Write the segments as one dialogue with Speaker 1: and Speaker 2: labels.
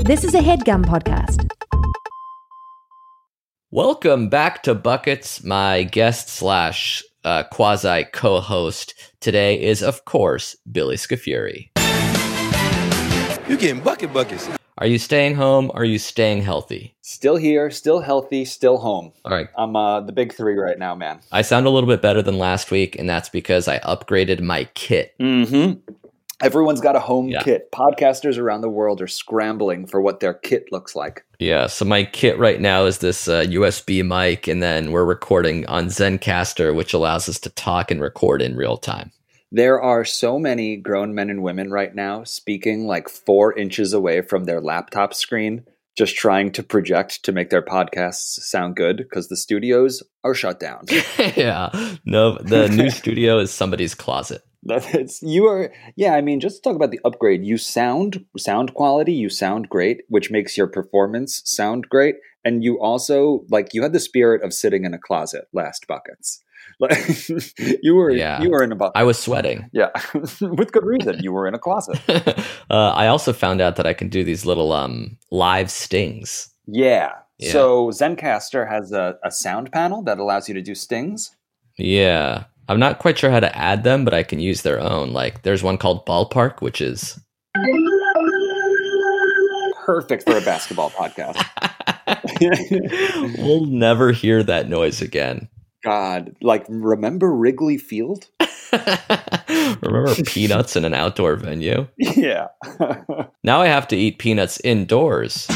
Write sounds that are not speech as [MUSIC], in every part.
Speaker 1: This is a headgum podcast.
Speaker 2: Welcome back to Buckets. My guest slash uh, quasi co host today is, of course, Billy Scafuri.
Speaker 3: You getting bucket buckets.
Speaker 2: Are you staying home? Are you staying healthy?
Speaker 4: Still here, still healthy, still home.
Speaker 2: All right.
Speaker 4: I'm uh, the big three right now, man.
Speaker 2: I sound a little bit better than last week, and that's because I upgraded my kit.
Speaker 4: Mm-hmm. Everyone's got a home
Speaker 2: Yeah.
Speaker 4: kit. Podcasters around the world are scrambling for what their kit looks like.
Speaker 2: Yeah, so my kit right now is this uh, USB mic, and then we're recording on Zencaster, which allows us to talk and record in real time.
Speaker 4: There are so many grown men and women right now speaking like four inches away from their laptop screen, just trying to project to make their podcasts sound good because the studios are shut down.
Speaker 2: [LAUGHS] yeah, no, the [LAUGHS] new studio is somebody's closet.
Speaker 4: That- It's you are yeah. I mean, just to talk about the upgrade. You sound sound quality. You sound great, which makes your performance sound great. And you also like you had the spirit of sitting in a closet last buckets. [LAUGHS] Like you were
Speaker 2: Yeah.
Speaker 4: you were in a bucket.
Speaker 2: I was sweating.
Speaker 4: yeah, [LAUGHS] with good reason. You were in a closet.
Speaker 2: [LAUGHS] uh, I also found out that I can do these little um, live stings.
Speaker 4: Yeah.
Speaker 2: Yeah.
Speaker 4: So ZenCaster has a, a sound panel that allows you to do stings.
Speaker 2: Yeah. I'm not quite sure how to add them, but I can use their own. Like, there's one called Ballpark, which is. [LAUGHS]
Speaker 4: Perfect for a
Speaker 2: [LAUGHS]
Speaker 4: basketball podcast. [LAUGHS]
Speaker 2: we'll never hear that noise again. [LAUGHS]
Speaker 4: God, like remember Wrigley Field? [LAUGHS]
Speaker 2: Remember peanuts in an outdoor venue?
Speaker 4: Yeah. [LAUGHS]
Speaker 2: Now I have to eat peanuts indoors.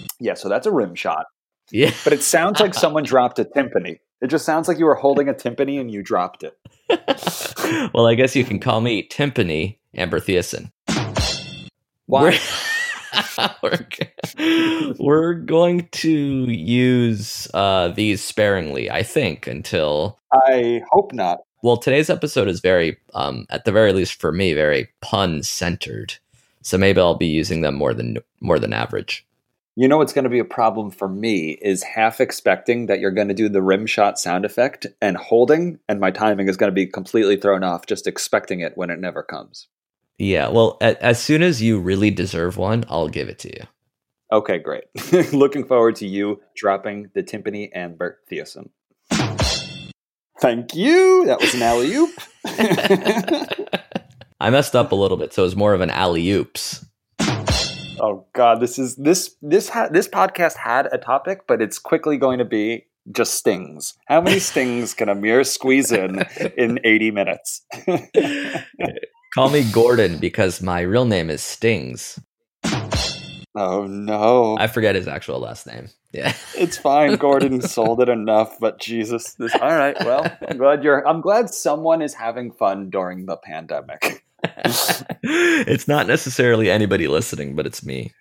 Speaker 2: [LAUGHS]
Speaker 4: yeah. So that's a rim shot.
Speaker 2: Yeah.
Speaker 4: But it sounds like someone dropped a timpani. It just sounds like you were holding a timpani and you dropped it.
Speaker 2: well, I guess you can call me Timpani Amber Thiessen.
Speaker 4: Why?
Speaker 2: We're, [LAUGHS] we're, g- we're going to use uh, these sparingly, I think, until.
Speaker 4: I hope not.
Speaker 2: Well, today's episode is very, um, at the very least for me, very pun centered. So maybe I'll be using them more than more than average.
Speaker 4: You know what's going to be a problem for me is half expecting that you're going to do the rim shot sound effect and holding, and my timing is going to be completely thrown off just expecting it when it never comes.
Speaker 2: Yeah. Well, a- as soon as you really deserve one, I'll give it to you.
Speaker 4: Okay, great. [LAUGHS] Looking forward to you dropping the timpani and Bert Theisen. Thank you. That was an alley oop.
Speaker 2: I messed up a little bit, so it was more of an alley oops.
Speaker 4: Oh God, this is this this ha- this podcast had a topic, but it's quickly going to be just stings. How many stings can Amir squeeze in in eighty minutes? [LAUGHS]
Speaker 2: Call me Gordon because my real name is Stings.
Speaker 4: oh no,
Speaker 2: I forget his actual last name. Yeah.
Speaker 4: it's fine. Gordon sold it enough, but Jesus, this. All right, well, I'm glad you're. I'm glad someone is having fun during the pandemic. [LAUGHS]
Speaker 2: [LAUGHS] it's not necessarily anybody listening, but it's me.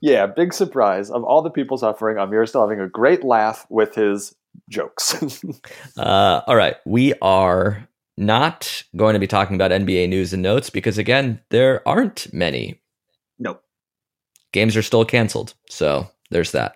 Speaker 4: Yeah, big surprise. Of all the people suffering, Amir's still having a great laugh with his jokes. [LAUGHS]
Speaker 2: Uh, all right. We are not going to be talking about NBA news and notes because, again, there aren't many.
Speaker 4: Nope.
Speaker 2: Games are still canceled. So there's that.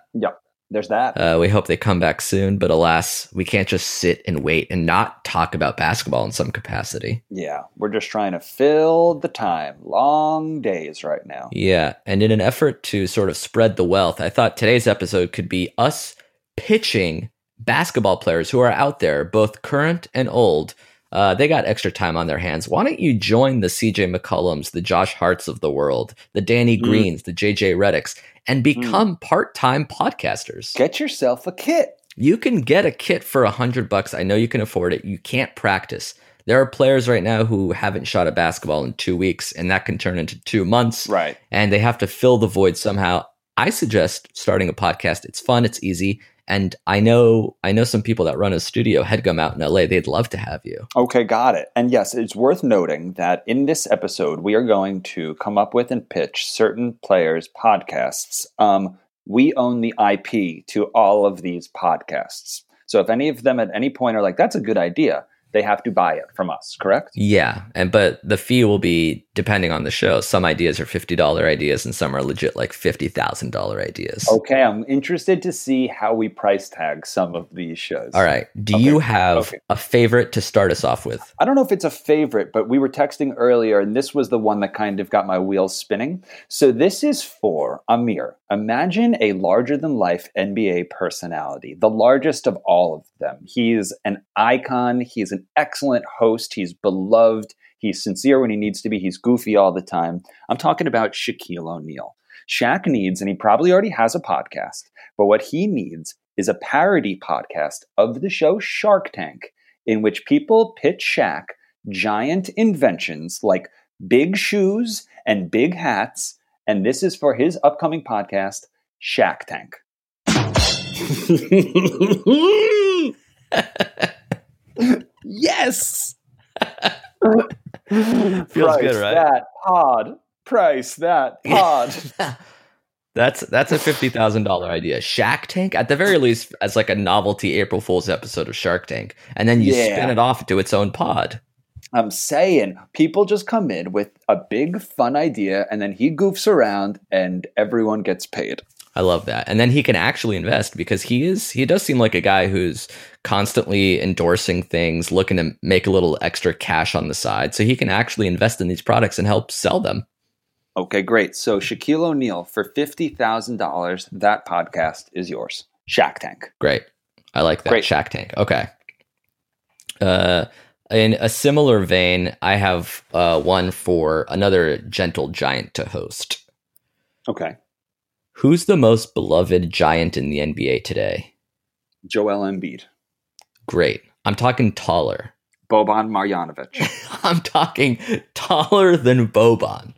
Speaker 4: There's that.
Speaker 2: Uh, we hope they come back soon, but alas, we can't just sit and wait and not talk about basketball in some capacity.
Speaker 4: Yeah, we're just trying to fill the time. Long days right now.
Speaker 2: Yeah, and in an effort to sort of spread the wealth, I thought today's episode could be us pitching basketball players who are out there, both current and old. Uh, they got extra time on their hands. Why don't you join the CJ McCollums, the Josh Harts of the world, the Danny
Speaker 4: Mm.
Speaker 2: Greens, the JJ Reddicks, and become part time podcasters?
Speaker 4: Get yourself a kit.
Speaker 2: You can get a kit for a hundred bucks. I know you can afford it. You can't practice. There are players right now who haven't shot a basketball in two weeks, and that can turn into two months
Speaker 4: Right.
Speaker 2: and they have to fill the void somehow. I suggest starting a podcast. It's fun, it's easy, and I know I know some people that run a studio, Headgum out in LA. They'd love to have you.
Speaker 4: Okay, got it. And yes, it's worth noting that in this episode, we are going to come up with and pitch certain players' podcasts. Um, we own the IP to all of these podcasts. So if any of them at any point are like, that's a good idea, they have to buy it from us, correct?
Speaker 2: Yeah, and but the fee will be depending on the show. Some ideas are $50 ideas and some are legit like $50,000 ideas.
Speaker 4: Okay, I'm interested to see how we price tag some of these shows.
Speaker 2: All right. Do
Speaker 4: Okay.
Speaker 2: you have
Speaker 4: Okay.
Speaker 2: a favorite to start us off [LAUGHS] with?
Speaker 4: I don't know if it's a favorite, but we were texting earlier, and this was the one that kind of got my wheels spinning. So this is for Amir. Imagine a larger than life NBA personality, the largest of all of them. He's an icon, he's an excellent host, he's beloved, he's sincere when he needs to be, he's goofy all the time. I'm talking about Shaquille O'Neal. Shaq needs, and he probably already has a podcast, but what he needs is a parody podcast of the show Shark Tank in which people pitch Shaq giant inventions like big shoes and big hats. And this is for his upcoming podcast, Shaq Tank.
Speaker 2: yes.
Speaker 4: price
Speaker 2: good, right?
Speaker 4: that pod. Price
Speaker 2: [LAUGHS]
Speaker 4: that pod.
Speaker 2: That's that's a fifty thousand dollar idea. Shark Tank, at the very least, as like a novelty April Fool's episode of Shark Tank, and then you
Speaker 4: Yeah.
Speaker 2: spin it off to its own pod.
Speaker 4: I'm saying people just come in with a big fun idea and then he goofs around and everyone gets paid.
Speaker 2: I love that. And then he can actually invest because he is he does seem like a guy who's constantly endorsing things, looking to make a little extra cash on the side. So he can actually invest in these products and help sell them.
Speaker 4: Okay, great. So Shaquille O'Neal for $50,000, that podcast is yours. Shaq Tank.
Speaker 2: Great. I like that.
Speaker 4: Great.
Speaker 2: Shack Tank. Okay. Uh, in a similar vein, I have uh, one for another gentle giant to host.
Speaker 4: Okay.
Speaker 2: Who's the most beloved giant in the NBA today?
Speaker 4: Joel Embiid.
Speaker 2: Great. I'm talking taller. [LAUGHS]
Speaker 4: Boban Marjanovic.
Speaker 2: I'm talking taller than Boban.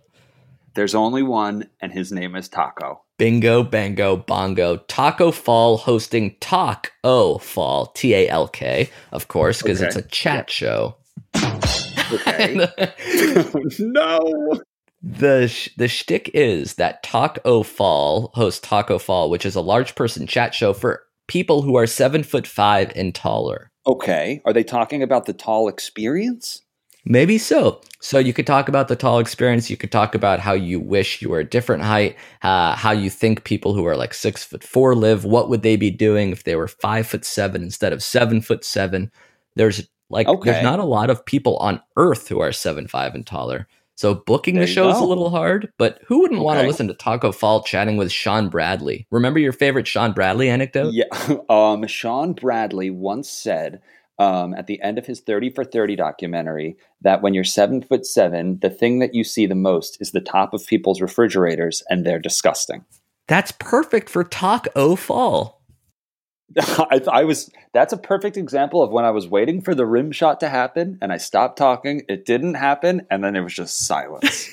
Speaker 4: There's only one, and his name is Taco.
Speaker 2: Bingo, bango, bongo. Taco Fall hosting Talk O Fall, T A L K, of course, because
Speaker 4: Okay.
Speaker 2: it's a chat show. [LAUGHS]
Speaker 4: [LAUGHS] no.
Speaker 2: The sh- the shtick is that Taco Fall hosts Taco Fall, which is a large person chat show for people who are seven foot five and taller.
Speaker 4: [LAUGHS] Okay. Are they talking about the tall experience?
Speaker 2: Maybe so. So you could talk about the tall experience. You could talk about how you wish you were a different height. Uh, how you think people who are like six foot four live. What would they be doing if they were five foot seven instead of seven foot seven? There's like
Speaker 4: Okay.
Speaker 2: there's not a lot of people on Earth who are seven five and taller. So booking
Speaker 4: There
Speaker 2: the
Speaker 4: you
Speaker 2: show is a
Speaker 4: go.
Speaker 2: little hard. But who wouldn't want to
Speaker 4: Okay.
Speaker 2: listen to Taco Fall chatting with Sean Bradley? Remember your favorite Sean Bradley anecdote?
Speaker 4: Yeah. [LAUGHS] Um, Sean Bradley once said um, at the end of his 30 for 30 documentary that when you're seven foot seven, the thing that you see the most is the top of people's refrigerators, and they're disgusting.
Speaker 2: That's perfect for Taco Fall.
Speaker 4: [LAUGHS] I, I was that's a perfect example of when I was waiting for the rim shot to happen and I stopped talking, it didn't happen, and then it was just silence.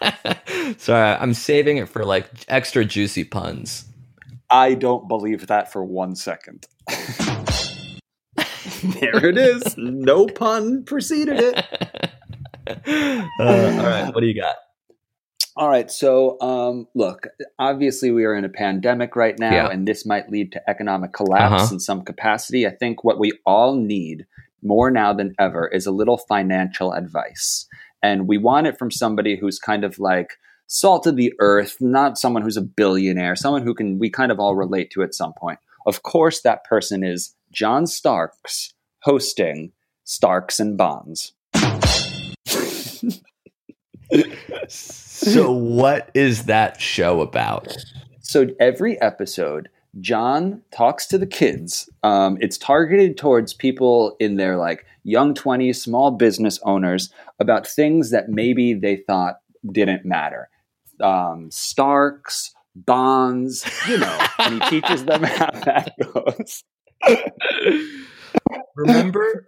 Speaker 4: [LAUGHS]
Speaker 2: [LAUGHS] Sorry, I'm saving it for like extra juicy puns. [LAUGHS]
Speaker 4: I don't believe that for one second. [LAUGHS] there it is. No pun preceded it.
Speaker 2: Uh, all right, what do you got?
Speaker 4: All right. So, um, look, obviously, we are in a pandemic right now,
Speaker 2: Yeah.
Speaker 4: and this might lead to economic collapse
Speaker 2: Uh-huh.
Speaker 4: in some capacity. I think what we all need more now than ever is a little financial advice. And we want it from somebody who's kind of like salt of the earth, not someone who's a billionaire, someone who can we kind of all relate to at some point. Of course, that person is John Starks hosting Starks and Bonds.
Speaker 2: So, what is that show about?
Speaker 4: So every episode, John talks to the kids. Um, it's targeted towards people in their like young 20s, small business owners about things that maybe they thought didn't matter. Um, Starks, bonds, you know, and he teaches them [LAUGHS] how that goes.
Speaker 2: Remember?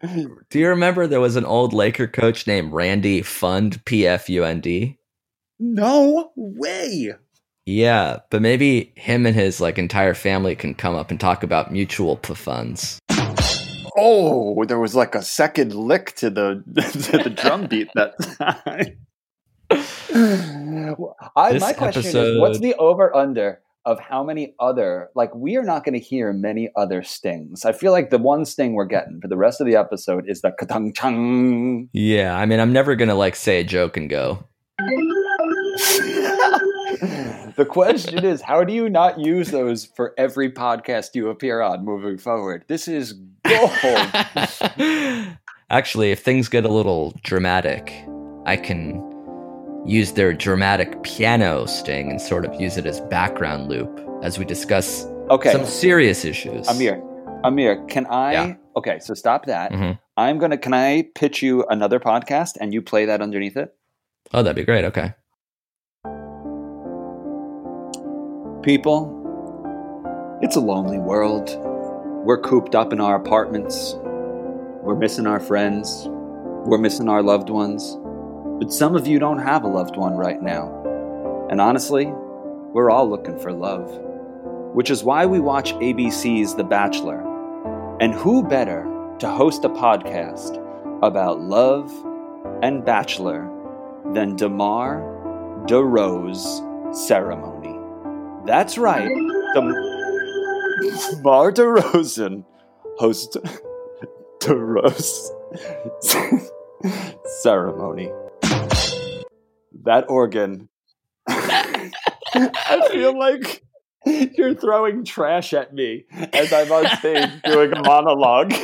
Speaker 2: Do you remember there was an old Laker coach named Randy Fund P F U N D?
Speaker 4: No way.
Speaker 2: Yeah, but maybe him and his like entire family can come up and talk about mutual p- funds.
Speaker 4: Oh, there was like a second lick to the [LAUGHS] to the drum beat that time. [SIGHS] I,
Speaker 2: This
Speaker 4: my question is, what's
Speaker 2: episode-
Speaker 4: the over under of how many other like we are not going to hear many other stings. I feel like the one sting we're getting for the rest of the episode is the katung chung.
Speaker 2: Yeah, I mean, I'm never gonna like say a joke and go,
Speaker 4: [LAUGHS] the question is, how do you not use those for every podcast you appear on moving forward? This is gold.
Speaker 2: [LAUGHS] Actually, if things get a little dramatic, I can use their dramatic piano sting and sort of use it as background loop as we discuss
Speaker 4: Okay,
Speaker 2: some serious issues.
Speaker 4: Amir, Amir, can I?
Speaker 2: Yeah.
Speaker 4: Okay, so stop that.
Speaker 2: Mhm.
Speaker 4: I'm gonna. Can I pitch you another podcast and you play that underneath it?
Speaker 2: Oh, that'd be great. Okay. [LAUGHS]
Speaker 4: People, it's a lonely world. We're cooped up in our apartments. We're missing our friends. We're missing our loved ones. But some of you don't have a loved one right now. And honestly, we're all looking for love. Which is why we watch ABC's The Bachelor. And who better to host a podcast about love and bachelor than DeMar DeRose Ceremony? That's right. The Mar DeRozan hosts DeRose ceremony. That organ. I feel like you're throwing trash at me as I'm on stage doing a monologue.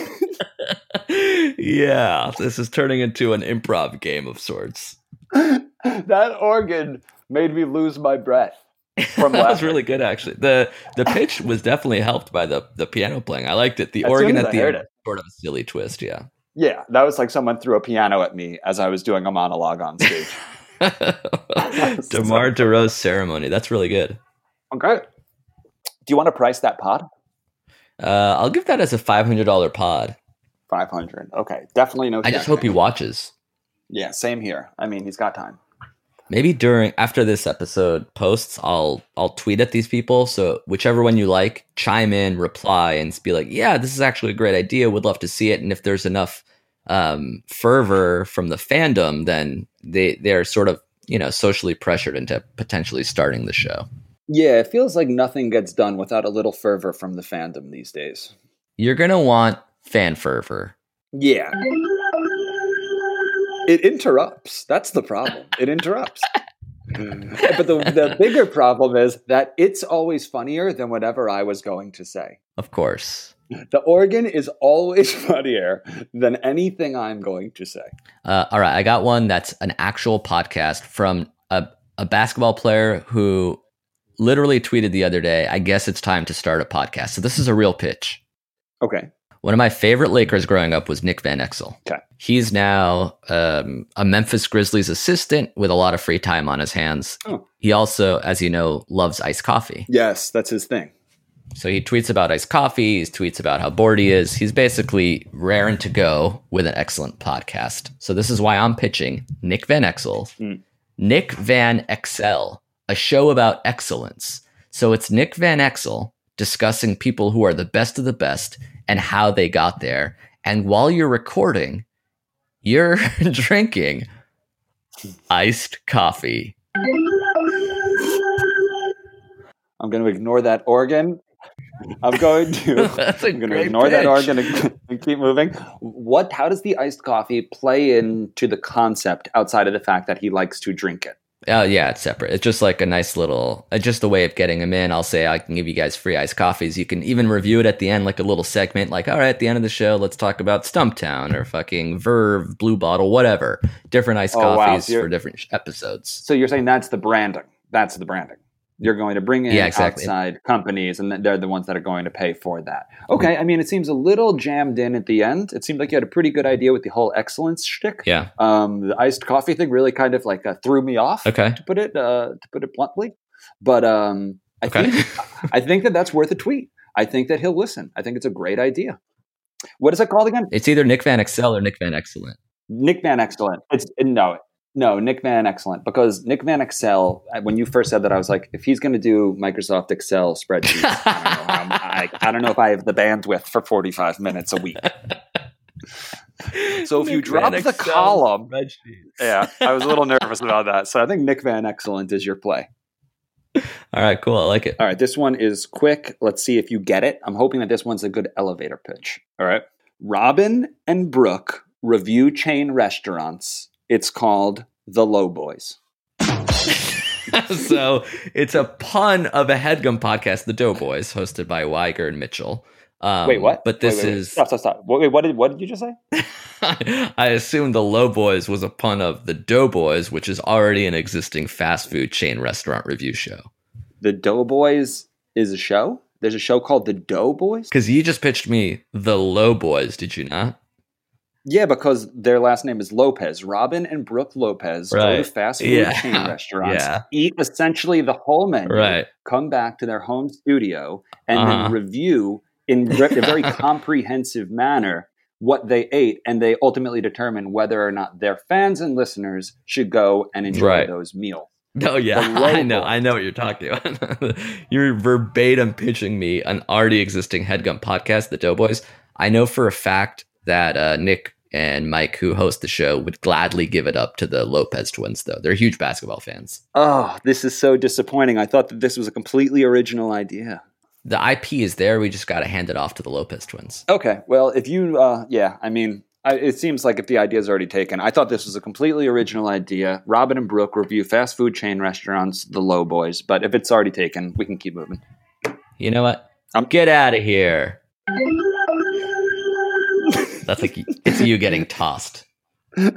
Speaker 2: yeah, this is turning into an improv game of sorts.
Speaker 4: that organ made me lose my breath.
Speaker 2: [LAUGHS]
Speaker 4: From
Speaker 2: that was
Speaker 4: laughing.
Speaker 2: really good, actually. the The pitch was definitely helped by the the piano playing. I liked it. The
Speaker 4: As soon
Speaker 2: organ
Speaker 4: as
Speaker 2: at
Speaker 4: I
Speaker 2: the
Speaker 4: heard
Speaker 2: end,
Speaker 4: it.
Speaker 2: sort of a silly twist.
Speaker 4: [LAUGHS]
Speaker 2: Yeah. [LAUGHS]
Speaker 4: Yeah, that was like someone threw a piano at me as I was doing a monologue on stage.
Speaker 2: Demar Derose ceremony. That's really good.
Speaker 4: okay. Do you want to price that pod?
Speaker 2: Uh, I'll give that as a five hundred dollar pod.
Speaker 4: 500. Okay. Definitely no
Speaker 2: I just
Speaker 4: check.
Speaker 2: hope he watches.
Speaker 4: Yeah, same here. I mean, he's got time.
Speaker 2: Maybe during after this episode posts, I'll I'll tweet at these people. So whichever one you like, chime in, reply, and be like, "Yeah, this is actually a great idea. Would love to see it." And if there's enough um, fervor from the fandom, then they they're sort of you know socially pressured into potentially starting the show.
Speaker 4: Yeah, it feels like nothing gets done without a little fervor from the fandom these days.
Speaker 2: You're gonna want fan fervor.
Speaker 4: Yeah. It interrupts. That's the problem.
Speaker 2: [LAUGHS]
Speaker 4: It interrupts. Mm. but the, the bigger problem is that it's always funnier than whatever I was going to say.
Speaker 2: Of course.
Speaker 4: The organ is always [LAUGHS] funnier than anything I'm going to say.
Speaker 2: Uh, all right, I got one that's an actual podcast from a, a basketball player who literally tweeted the other day, I guess it's time to start a podcast. So this is a real pitch.
Speaker 4: Okay.
Speaker 2: One of my favorite Lakers growing up was Nick Van Exel.
Speaker 4: Okay.
Speaker 2: He's now um, a Memphis Grizzlies assistant with a lot of free time on his hands.
Speaker 4: Oh.
Speaker 2: He also, as you know, loves iced coffee.
Speaker 4: Yes, that's his thing.
Speaker 2: So he tweets about iced coffee. He tweets about how bored he is. He's basically raring to go with an excellent podcast. So this is why I'm pitching Nick Van Exel,
Speaker 4: Mm.
Speaker 2: Nick Van Excel, a show about excellence. So it's Nick Van Exel discussing people who are the best of the best and how they got there. And while you're recording, you're [LAUGHS] drinking iced coffee.
Speaker 4: I'm going to ignore that organ. I'm going to.
Speaker 2: [LAUGHS] That's a
Speaker 4: I'm going to
Speaker 2: great
Speaker 4: ignore that
Speaker 2: pitch.
Speaker 4: organ and, and keep moving. What? How does the iced coffee play into the concept outside of the fact that he likes to drink it?
Speaker 2: Oh yeah, it's separate. It's just like a nice little, uh, just a way of getting them in. I'll say I can give you guys free iced coffees. You can even review it at the end, like a little segment. Like, all right, at the end of the show, let's talk about Stumptown or fucking Verve, Blue Bottle, whatever. Different iced
Speaker 4: Oh, wow.
Speaker 2: coffees
Speaker 4: You're-
Speaker 2: for different sh- episodes.
Speaker 4: So you're saying that's the branding. That's the branding. You're going to bring in
Speaker 2: Yeah, exactly.
Speaker 4: outside companies, and they're the ones that are going to pay for that. Okay, I mean, it seems a little jammed in at the end. It seemed like you had a pretty good idea with the whole excellence shtick.
Speaker 2: Yeah.
Speaker 4: Um, the iced coffee thing really kind of like uh, threw me off.
Speaker 2: Okay.
Speaker 4: to put it uh, to put it bluntly. But um, I
Speaker 2: Okay.
Speaker 4: think I think that that's worth a tweet. I think that he'll listen. I think it's a great idea. What is it called again?
Speaker 2: [LAUGHS] It's either Nick Van Excel or Nick Van Excellent.
Speaker 4: Nick Van Excellent. It's no, no Nick Van Excellent because Nick Van Excel. I- When you first said that, I was like, if he's going to do Microsoft Excel spreadsheets, I don't, know how- I, I don't know if I have the bandwidth for forty-five minutes a week. So if you drop the column, yeah, I was a little nervous about that. So I think Nick Van Excellent is your play.
Speaker 2: All right, cool. I like it.
Speaker 4: All right, this one is quick. Let's see if you get it. I'm hoping that this one's a good elevator pitch. All right. Robin and Brooke review chain restaurants. It's called The Low Boys.
Speaker 2: [LAUGHS] so it's a pun of a headgum podcast, The Doughboys, hosted by Weiger and Mitchell. Um,
Speaker 4: wait, what?
Speaker 2: But this
Speaker 4: Wait, wait, wait.
Speaker 2: is
Speaker 4: stop, stop, stop. Wait, what did what did you just say?
Speaker 2: [LAUGHS] I assume the Low Boys was a pun of the Doughboys, which is already an existing fast food chain restaurant review show.
Speaker 4: The Doughboys is a show. There's a show called The Doughboys.
Speaker 2: Because you just pitched me the Low Boys, did you not?
Speaker 4: Yeah, because their last name is Lopez. Robin and Brooke Lopez go to
Speaker 2: Right.
Speaker 4: fast food
Speaker 2: Yeah. [LAUGHS]
Speaker 4: chain restaurants,
Speaker 2: Yeah.
Speaker 4: eat essentially the whole menu,
Speaker 2: Right.
Speaker 4: come back to their home studio, and
Speaker 2: Uh-huh.
Speaker 4: then review in re-
Speaker 2: [LAUGHS]
Speaker 4: a very comprehensive manner what they ate, and they ultimately determine whether or not their fans and listeners should go and enjoy
Speaker 2: Right.
Speaker 4: those meals.
Speaker 2: No, yeah,
Speaker 4: The
Speaker 2: [LAUGHS]
Speaker 4: Low
Speaker 2: I know,
Speaker 4: Boys.
Speaker 2: I know what you're talking about. [LAUGHS] you're verbatim pitching me an already existing headgum podcast, The Doughboys. I know for a fact that uh, Nick and Mike, who host the show, would gladly give it up to the Lopez twins, though. They're huge basketball fans.
Speaker 4: Oh, this is so disappointing. I thought that this was a completely original idea.
Speaker 2: The IP is there. We just got to hand it off to the Lopez twins.
Speaker 4: Okay. Well, if you, uh, yeah, I mean, I, it seems like if the idea's already taken, I thought this was a completely original idea. Robin and Brooke review fast food chain restaurants, the Low Boys. But if it's already taken, we can keep moving.
Speaker 2: You know what?
Speaker 4: I'm-
Speaker 2: Get out of here. That's like it's you getting tossed.
Speaker 4: [LAUGHS] I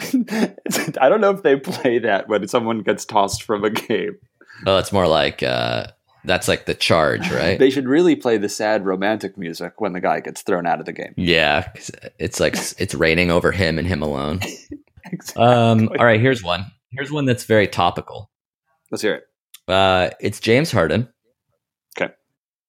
Speaker 4: don't know if they play that when someone gets tossed from a game.
Speaker 2: Oh, it's more like uh, that's like the charge, right?
Speaker 4: They should really play the sad romantic music when the guy gets thrown out of the
Speaker 2: [LAUGHS]
Speaker 4: game.
Speaker 2: Yeah, 'cause it's
Speaker 4: [LAUGHS]
Speaker 2: like it's raining over him and him alone. Um, all right, here's one. Here's one that's very topical.
Speaker 4: Let's hear it.
Speaker 2: Uh, it's James Harden.
Speaker 4: Okay.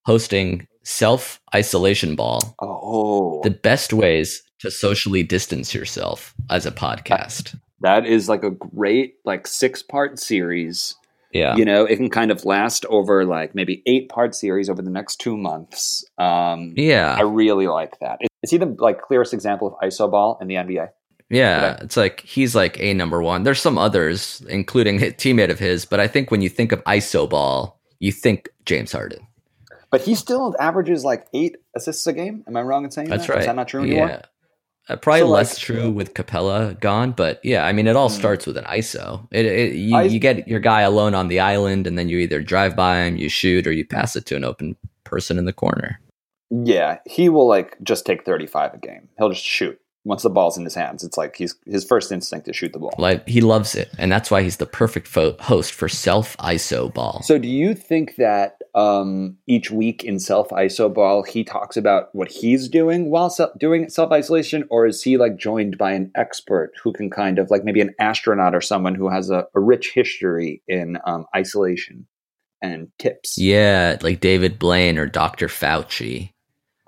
Speaker 2: Hosting self isolation ball.
Speaker 4: Oh,
Speaker 2: The best ways to socially distance yourself as a podcast.
Speaker 4: that is like a great like six part series.
Speaker 2: Yeah.
Speaker 4: you know it can kind of last over like maybe eight part series over the next two months um i
Speaker 2: Yeah.
Speaker 4: really like that Is- is he the like clearest example of iso ball in the nba
Speaker 2: Yeah. It's like he's like a number one. There's some others, including a teammate of his, but I think when you think of ISO ball, you think James Harden.
Speaker 4: but he still averages like eight assists a game am i wrong in saying
Speaker 2: That's
Speaker 4: that?
Speaker 2: right.
Speaker 4: is that not true anymore
Speaker 2: Uh, probably
Speaker 4: So, like-
Speaker 2: less true with Capella gone, but yeah, I mean, it all
Speaker 4: Hmm.
Speaker 2: starts with an ISO. It, it you,
Speaker 4: I-
Speaker 2: you get your guy alone on the island, and then you either drive by him, you shoot, or you pass it to an open person in the corner.
Speaker 4: yeah he will like just take 35 a game he'll just shoot once the ball's in his hands it's like he's his first instinct is shoot the ball
Speaker 2: Like he loves it, and that's why he's the perfect fo- host for self ISO ball.
Speaker 4: So, do you think that um, each week in self iso ball, he talks about what he's doing while se- doing self isolation, or is he like joined by an expert who can kind of like maybe an astronaut or someone who has a, a rich history in um, isolation and tips?
Speaker 2: yeah, like David Blaine or Dr. Fauci.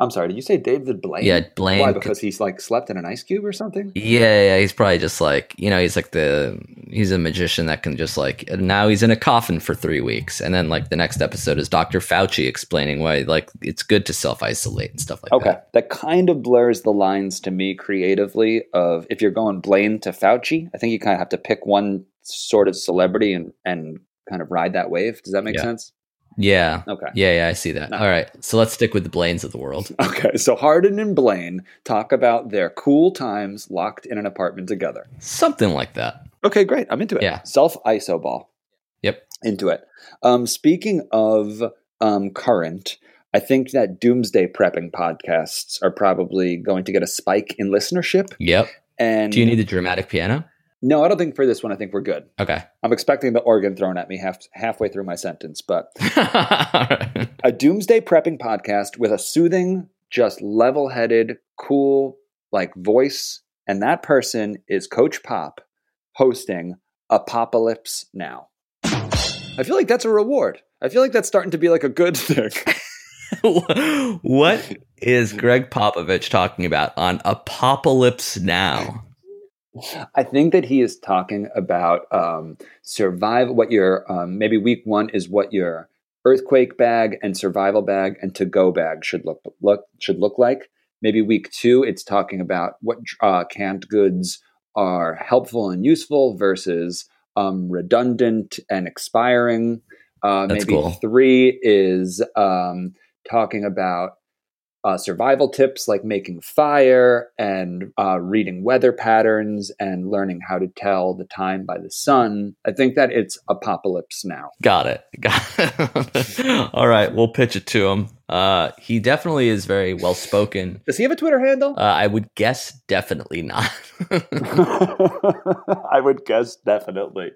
Speaker 4: I'm sorry, did you say David Blaine?
Speaker 2: Yeah, Blaine.
Speaker 4: Why?
Speaker 2: could-
Speaker 4: Because he's like slept in an ice cube or something?
Speaker 2: Yeah, yeah, he's probably just like you know, he's like the he's a magician that can just like and now he's in a coffin for three weeks, and then like the next episode is Doctor Fauci explaining why like it's good to self isolate and stuff like
Speaker 4: Okay,
Speaker 2: that.
Speaker 4: that kind of blurs the lines to me creatively. Of if you're going Blaine to Fauci, I think you kind of have to pick one sort of celebrity and and kind of ride that wave. Does that make
Speaker 2: Yeah.
Speaker 4: sense?
Speaker 2: Yeah,
Speaker 4: Okay.
Speaker 2: yeah, yeah, I see that.
Speaker 4: No.
Speaker 2: All right, so let's stick with the Blaines of the world.
Speaker 4: [LAUGHS] Okay, so Harden and Blaine talk about their cool times locked in an apartment together.
Speaker 2: Something like that.
Speaker 4: Okay, great. I'm into it.
Speaker 2: Yeah.
Speaker 4: Self iso ball.
Speaker 2: Yep.
Speaker 4: Into it. Um, speaking of um, current, I think that doomsday prepping podcasts are probably going to get a spike in listenership.
Speaker 2: Yep.
Speaker 4: And
Speaker 2: Do you need the dramatic piano?
Speaker 4: No, I don't think for this one. I think we're good.
Speaker 2: Okay. [LAUGHS]
Speaker 4: I'm expecting the organ thrown at me half, halfway through my sentence, but
Speaker 2: All right.
Speaker 4: a doomsday prepping podcast with a soothing, just level headed, cool, like voice. And that person is Coach Pop hosting Apocalypse Now. I feel like that's a reward. I feel like that's starting to be like a good thing.
Speaker 2: what is Greg Popovich talking about on Apocalypse Now?
Speaker 4: [LAUGHS] I think that he is talking about um, survive what your um, maybe week one is what your earthquake bag and survival bag and to go bag should look look should look like. Maybe week two, it's talking about what uh, canned goods are helpful and useful versus um, redundant and expiring. Uh,
Speaker 2: That's
Speaker 4: maybe
Speaker 2: cool.
Speaker 4: three is um, talking about uh, survival tips like making fire and uh, reading weather patterns and learning how to tell the time by the sun. I think that it's apocalypse now.
Speaker 2: Got it. [LAUGHS] Got it. All right, we'll pitch it to him. Uh, he definitely is very well spoken.
Speaker 4: Does he have a Twitter handle?
Speaker 2: Uh, I would guess definitely not. [LAUGHS]
Speaker 4: [LAUGHS] I would guess definitely.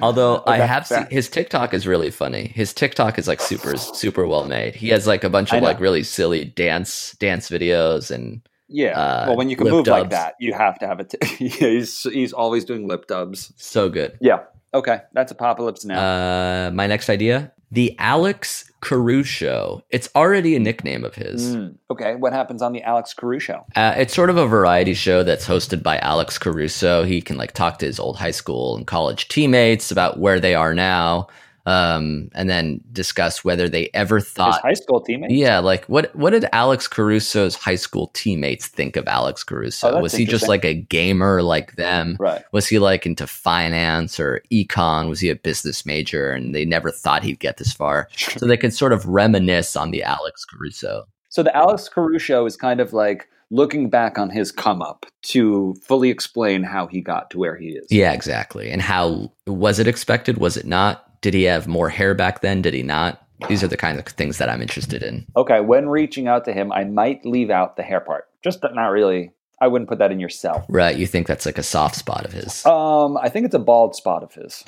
Speaker 2: Although I have seen his TikTok is really funny. His TikTok is like super super well made. He has like a bunch
Speaker 4: I
Speaker 2: of
Speaker 4: know.
Speaker 2: like really silly dance dance videos and
Speaker 4: Yeah.
Speaker 2: Uh,
Speaker 4: well, when you can
Speaker 2: lip
Speaker 4: move like
Speaker 2: dubs.
Speaker 4: that, you have to have a. T- [LAUGHS] yeah, he's he's always doing lip dubs.
Speaker 2: so good.
Speaker 4: Yeah. Okay, that's apocalypse now.
Speaker 2: Uh, my next idea, the Alex Carew show. It's already a nickname of his.
Speaker 4: Mm. Okay, what happens on the Alex Carew show?
Speaker 2: Uh, it's sort of a variety show that's hosted by Alex Caruso. He can like talk to his old high school and college teammates about where they are now, um, and then discuss whether they ever
Speaker 4: His
Speaker 2: thought,
Speaker 4: high school teammate.
Speaker 2: yeah, like what what did Alex Caruso's high school teammates think of Alex Caruso?
Speaker 4: Oh, that's
Speaker 2: Was he just
Speaker 4: interesting.
Speaker 2: like a gamer like them?
Speaker 4: Right.
Speaker 2: Was he like into finance or econ? Was he a business major? And they never thought he'd get this far, so they can sort of reminisce on the Alex Caruso.
Speaker 4: So the Alex Carew show is kind of like looking back on his come up to fully explain how he got to where he is.
Speaker 2: Yeah, exactly. And how was it expected? Was it not? Did he have more hair back then? Did he not? These are the kind of things that I'm interested in.
Speaker 4: Okay, when reaching out to him, I might leave out the hair part. Just not really. I wouldn't put that in yourself.
Speaker 2: Right? You think that's like a soft spot of his.
Speaker 4: Um, I think it's a bald spot of his.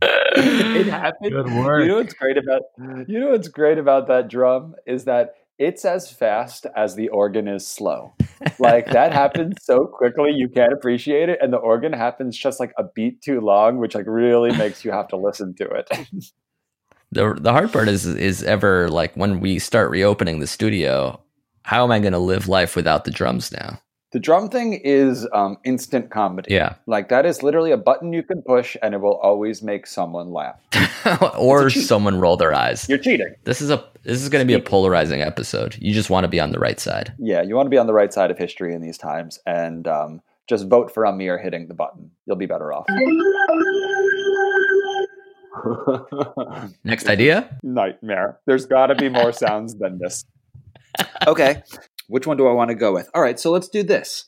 Speaker 4: it happened.
Speaker 5: Good work.
Speaker 4: You know what's great about you know what's great about that drum is that it's as fast as the organ is slow. Like that happens so quickly you can't appreciate it, and the organ happens just like a beat too long, which like really makes you have to listen to it.
Speaker 2: The the hard part is is ever like when we start reopening the studio, how am I going to live life without the drums now?
Speaker 4: the drum thing is um, instant comedy.
Speaker 2: Yeah. [LAUGHS]
Speaker 4: Like that is literally a button you can push, and it will always make someone laugh.
Speaker 2: or
Speaker 4: It's a cheat.
Speaker 2: someone roll their eyes.
Speaker 4: You're cheating.
Speaker 2: This is a this is going to be a polarizing episode. You just want to be on the right side.
Speaker 4: Yeah, you want to be on the right side of history in these times, and um, just vote for Amir hitting the button. You'll be better off.
Speaker 2: Next idea?
Speaker 4: Nightmare. There's got to be more sounds than this. Okay, which one do I want to go with? All right, so let's do this.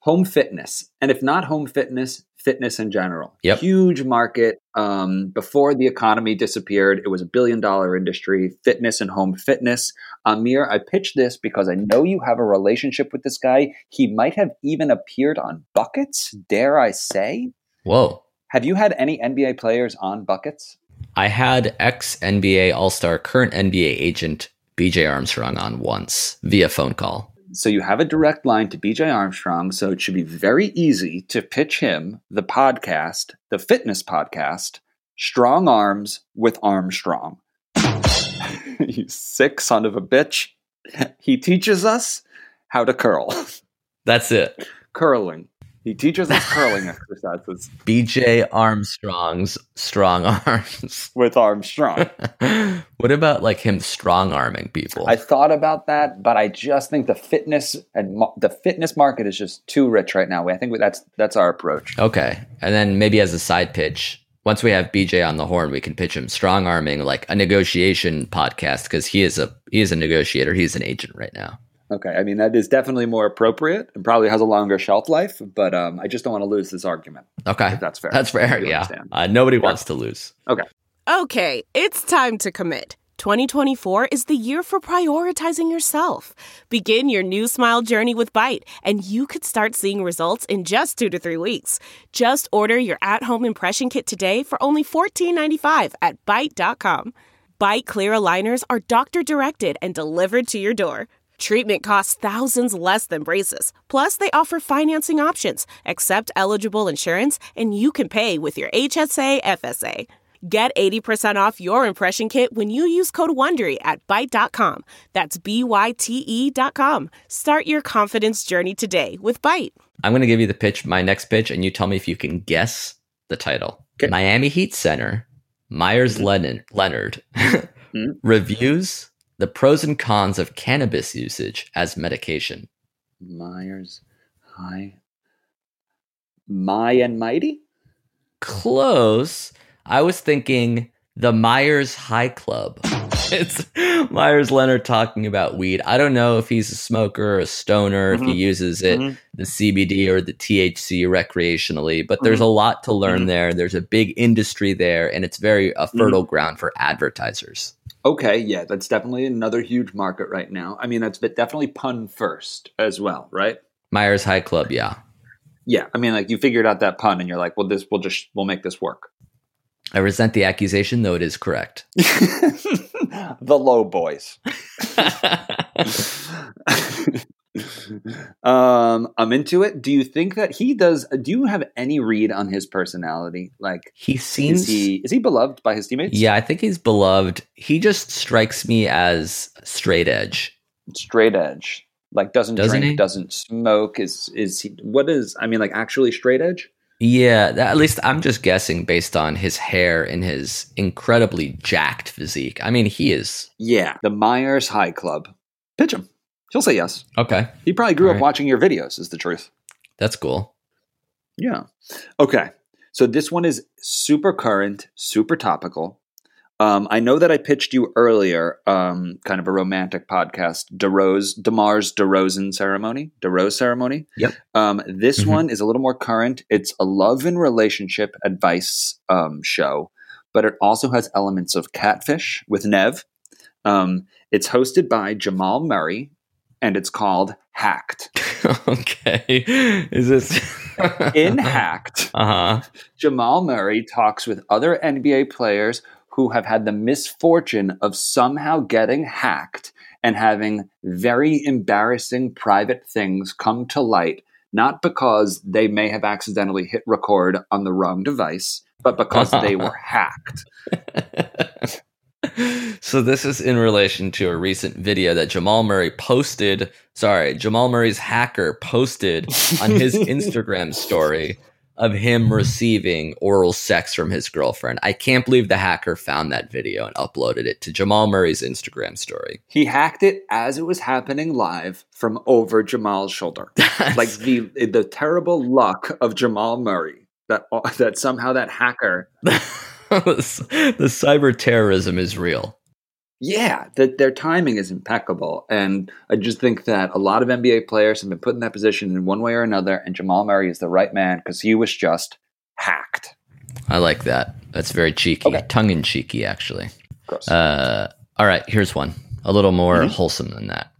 Speaker 4: Home fitness, and if not home fitness, fitness in general.
Speaker 2: Yep.
Speaker 4: Huge market. Um, before the economy disappeared, it was a billion dollar industry. Fitness and home fitness. Amir, I pitched this because I know you have a relationship with this guy. He might have even appeared on buckets, dare I say.
Speaker 2: Whoa.
Speaker 4: Have you had any NBA players on buckets?
Speaker 2: I had ex NBA All Star, current NBA agent BJ Armstrong on once via phone call.
Speaker 4: So you have a direct line to BJ Armstrong, so it should be very easy to pitch him the podcast, the fitness podcast, Strong Arms with Armstrong. [LAUGHS] you sick son of a bitch. He teaches us how to curl. [LAUGHS]
Speaker 2: That's it.
Speaker 4: Curling. He teaches us curling exercises
Speaker 2: BJ Armstrong's strong [LAUGHS] arms.
Speaker 4: with Armstrong.
Speaker 2: what about like him strong arming people?
Speaker 4: I thought about that, but I just think the fitness and mo- the fitness market is just too rich right now. I think that's that's our approach.
Speaker 2: okay. And then maybe as a side pitch, once we have BJ on the horn, we can pitch him strong arming like a negotiation podcast because he is a he is a negotiator. He's an agent right now.
Speaker 4: Okay, I mean that is definitely more appropriate and probably has a longer shelf life, but um, I just don't want to lose this argument.
Speaker 2: Okay.
Speaker 4: If that's fair.
Speaker 2: That's fair.
Speaker 4: You
Speaker 2: Yeah.
Speaker 4: understand.
Speaker 2: Uh, nobody wants to lose.
Speaker 6: Okay, it's time to commit. 2024 is the year for prioritizing yourself. Begin your new smile journey with Bite, and you could start seeing results in just two to three weeks. Just order your at home impression kit today for only $14.95 at Bite.com. Bite Clear Aligners are doctor directed and delivered to your door. Treatment costs thousands less than braces. Plus, they offer financing options, accept eligible insurance, and you can pay with your HSA FSA. Get 80% off your impression kit when you use code WONDERY at Byte.com. That's B-Y-T-E E dot com. Start your confidence journey today with Byte.
Speaker 2: I'm going to give you the pitch, my next pitch, and you tell me if you can guess the title.
Speaker 4: Okay.
Speaker 2: Miami Heat Center, Myers Leonard, Leonard [LAUGHS] reviews the pros and cons of cannabis usage as medication.
Speaker 4: Myers High. My and Mighty?
Speaker 2: Close. I was thinking The Myers High Club. [LAUGHS] It's Myers Leonard talking about weed. I don't know if he's a smoker or a stoner, if
Speaker 4: Mm-hmm.
Speaker 5: Mhm.
Speaker 2: he uses it,
Speaker 5: Mhm.
Speaker 2: the CBD or the THC recreationally, but
Speaker 4: Mm-hmm.
Speaker 2: there's a lot to learn there. There's a big industry there, and it's very a
Speaker 4: Mm-hmm.
Speaker 2: fertile ground for advertisers.
Speaker 4: Okay, yeah, that's definitely another huge market right now. I mean, that's but definitely pun first as well, right?
Speaker 2: Myers High Club, yeah.
Speaker 4: Yeah, I mean, like you figured out that pun, and you're like, well, this we'll just we'll make this work. [LAUGHS]
Speaker 2: I resent the accusation, though it is correct.
Speaker 4: the Low Boys. [LAUGHS] um, I'm into it. Do you think that he does? Do you have any read on his personality? Like,
Speaker 2: he
Speaker 4: is
Speaker 2: seems
Speaker 4: he is he beloved by his teammates?
Speaker 2: Yeah, I think he's beloved. He just strikes me as straight edge.
Speaker 4: straight edge. Like, doesn't,
Speaker 2: Doesn't
Speaker 4: drink,
Speaker 2: he?
Speaker 4: doesn't smoke. Is is he? What is? I mean, like, actually straight edge.
Speaker 2: Yeah, that- at least I'm just guessing based on his hair and his incredibly jacked physique. I mean, he is
Speaker 4: Yeah, the Myers High Club. Pitch him. He'll say yes.
Speaker 2: okay.
Speaker 4: He probably grew
Speaker 2: All
Speaker 4: up
Speaker 2: right.
Speaker 4: watching your videos. Is the truth.
Speaker 2: That's cool. [LAUGHS]
Speaker 4: Yeah. Okay. So this one is super current, super topical. Um, I know that I pitched you earlier, um, kind of a romantic podcast, DeRose, DeMar's DeRozan ceremony, DeRose ceremony.
Speaker 2: Yep.
Speaker 4: Um, this
Speaker 2: Mhm.
Speaker 4: one is a little more current. It's a love and relationship advice um, show, but it also has elements of catfish with Nev. Um, it's hosted by Jamal Murray, and it's called Hacked.
Speaker 2: okay, is this
Speaker 4: In
Speaker 2: [LAUGHS]
Speaker 4: Hacked.
Speaker 2: Uh huh.
Speaker 4: Jamal Murray talks with other NBA players who have had the misfortune of somehow getting hacked and having very embarrassing private things come to light, not because they may have accidentally hit record on the wrong device, but because they were hacked.
Speaker 2: so this is in relation to a recent video that Jamal Murray posted. Sorry, Jamal Murray's hacker posted on his
Speaker 4: [LAUGHS]
Speaker 2: Instagram story of him receiving oral sex from his girlfriend. I can't believe the hacker found that video and uploaded it to Jamal Murray's Instagram
Speaker 4: [LAUGHS]
Speaker 2: story.
Speaker 4: He hacked it as it was happening live from over Jamal's shoulder.
Speaker 2: [LAUGHS]
Speaker 4: like the the terrible luck of Jamal Murray that that somehow that hacker
Speaker 2: the cyber terrorism is real.
Speaker 4: Yeah, that their timing is impeccable, and I just think that a lot of NBA players have been put in that position in one way or another, and Jamal Murray is the right man because he was just hacked.
Speaker 2: I like that. That's very cheeky,
Speaker 4: Okay.
Speaker 2: tongue in cheeky, actually.
Speaker 4: Gross.
Speaker 2: Uh, all right, here's one a little more wholesome than that.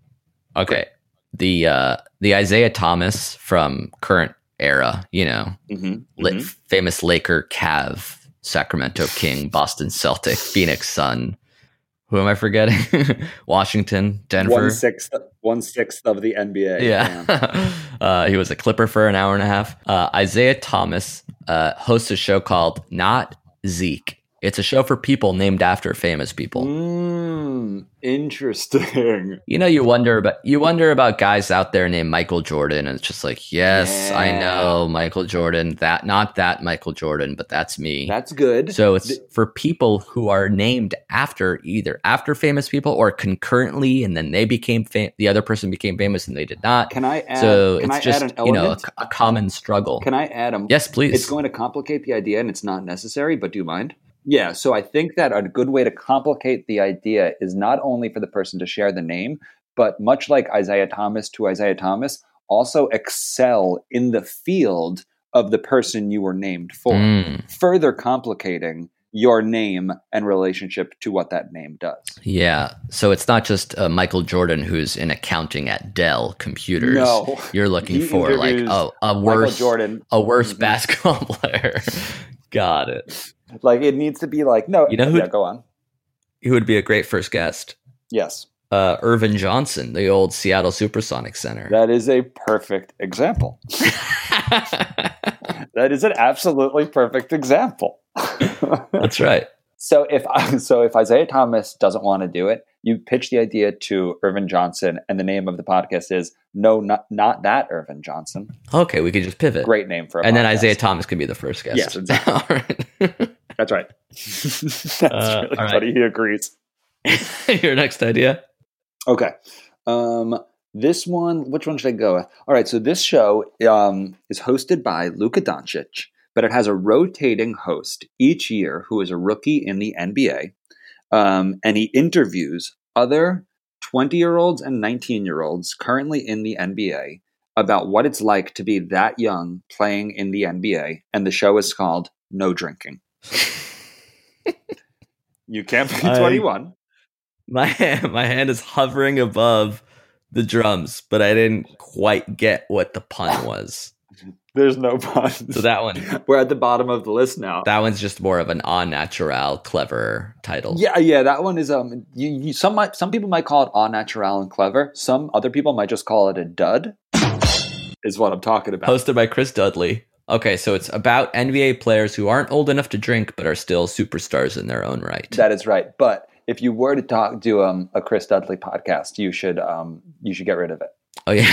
Speaker 2: Okay, the uh, the Isaiah Thomas from current era, you know,
Speaker 4: Mhm,
Speaker 2: lit,
Speaker 4: mhm.
Speaker 2: famous Laker, Cav, Sacramento King, Boston Celtic, Phoenix Sun. Who am I forgetting? [LAUGHS] Washington, Denver.
Speaker 4: One sixth, one sixth of the
Speaker 2: [LAUGHS]
Speaker 4: NBA. Damn.
Speaker 2: Yeah. uh, he was a Clipper for an hour and a half. Uh, Isaiah Thomas uh, hosts a show called Not Zeke. It's a show for people named after famous people.
Speaker 4: Mm,
Speaker 2: [LAUGHS]
Speaker 4: interesting.
Speaker 2: You know, you wonder about you wonder about guys out there named Michael Jordan, and it's just like, yes, I
Speaker 4: Yeah.
Speaker 2: know Michael Jordan. That not that Michael Jordan, but that's me.
Speaker 4: That's good.
Speaker 2: so it's for people who are named after either after famous people or concurrently, and then they became fam- the other person became famous and they did not.
Speaker 4: can I add?
Speaker 2: so
Speaker 4: can
Speaker 2: it's
Speaker 4: I
Speaker 2: just
Speaker 4: add an
Speaker 2: you know a,
Speaker 4: element?
Speaker 2: c- a common struggle.
Speaker 4: can I add a,
Speaker 2: yes, please.
Speaker 4: It's going to complicate the idea and it's not necessary, but do you mind? Yeah, so I think that a good way to complicate the idea is not only for the person to share the name, but much like Isaiah Thomas to Isaiah Thomas, also excel in the field of the person you were named for,
Speaker 2: Mm,
Speaker 4: further complicating your name and relationship to what that name does.
Speaker 2: yeah. So it's not just uh, Michael Jordan who's in accounting at Dell Computers.
Speaker 4: No.
Speaker 2: You're looking
Speaker 4: He
Speaker 2: for like
Speaker 4: interviews
Speaker 2: oh, a
Speaker 4: Michael
Speaker 2: worse
Speaker 4: Jordan,
Speaker 2: a worse
Speaker 4: Mhm.
Speaker 2: basketball [LAUGHS] player. Got it.
Speaker 4: like it needs to be like no.
Speaker 2: You know who-
Speaker 4: yeah, go on.
Speaker 2: He would be a great first guest.
Speaker 4: Yes,
Speaker 2: Uh, Irvin Johnson, the old Seattle Supersonic Center.
Speaker 4: that is a perfect example. That is an absolutely perfect example.
Speaker 2: [LAUGHS]
Speaker 4: [LAUGHS]
Speaker 2: That's right.
Speaker 4: so if so if Isaiah Thomas doesn't want to do it, you pitch the idea to Irvin Johnson, and the name of the podcast is No, not not that Irvin Johnson.
Speaker 2: Okay, we could just pivot.
Speaker 4: Great name for a
Speaker 2: And then
Speaker 4: podcast.
Speaker 2: Isaiah Thomas could be the first guest.
Speaker 4: Yes, exactly.
Speaker 2: [LAUGHS] All right.
Speaker 4: That's right. [LAUGHS] That's
Speaker 2: Uh,
Speaker 4: really
Speaker 2: all right.
Speaker 4: funny. He agrees.
Speaker 2: Your next idea.
Speaker 4: Okay. Um, this one, which one should I go with? All right. So this show um, is hosted by Luka Doncic, but it has a rotating host each year who is a rookie in the NBA. Um, and he interviews other 20 year olds and 19 year olds currently in the NBA about what it's like to be that young playing in the NBA. And the show is called
Speaker 2: [LAUGHS]
Speaker 4: No Drinking. you can't be
Speaker 2: I-
Speaker 4: 21.
Speaker 2: My hand, my hand is hovering above the drums, but I didn't quite get what the pun was.
Speaker 4: There's no [LAUGHS] pun.
Speaker 2: So that one,
Speaker 4: We're at the bottom of the list now.
Speaker 2: that one's just more of an on natural, clever title.
Speaker 4: Yeah, yeah, that one is um. You, you some might some people might call it all natural and clever. Some other people might just call it a dud. Is what I'm talking about.
Speaker 2: Hosted by Chris Dudley. Okay, so it's about NBA players who aren't old enough to drink but are still superstars in their own right.
Speaker 4: that is right. But if you were to talk do um a Chris Dudley podcast, you should um you should get rid of it.
Speaker 2: oh yeah,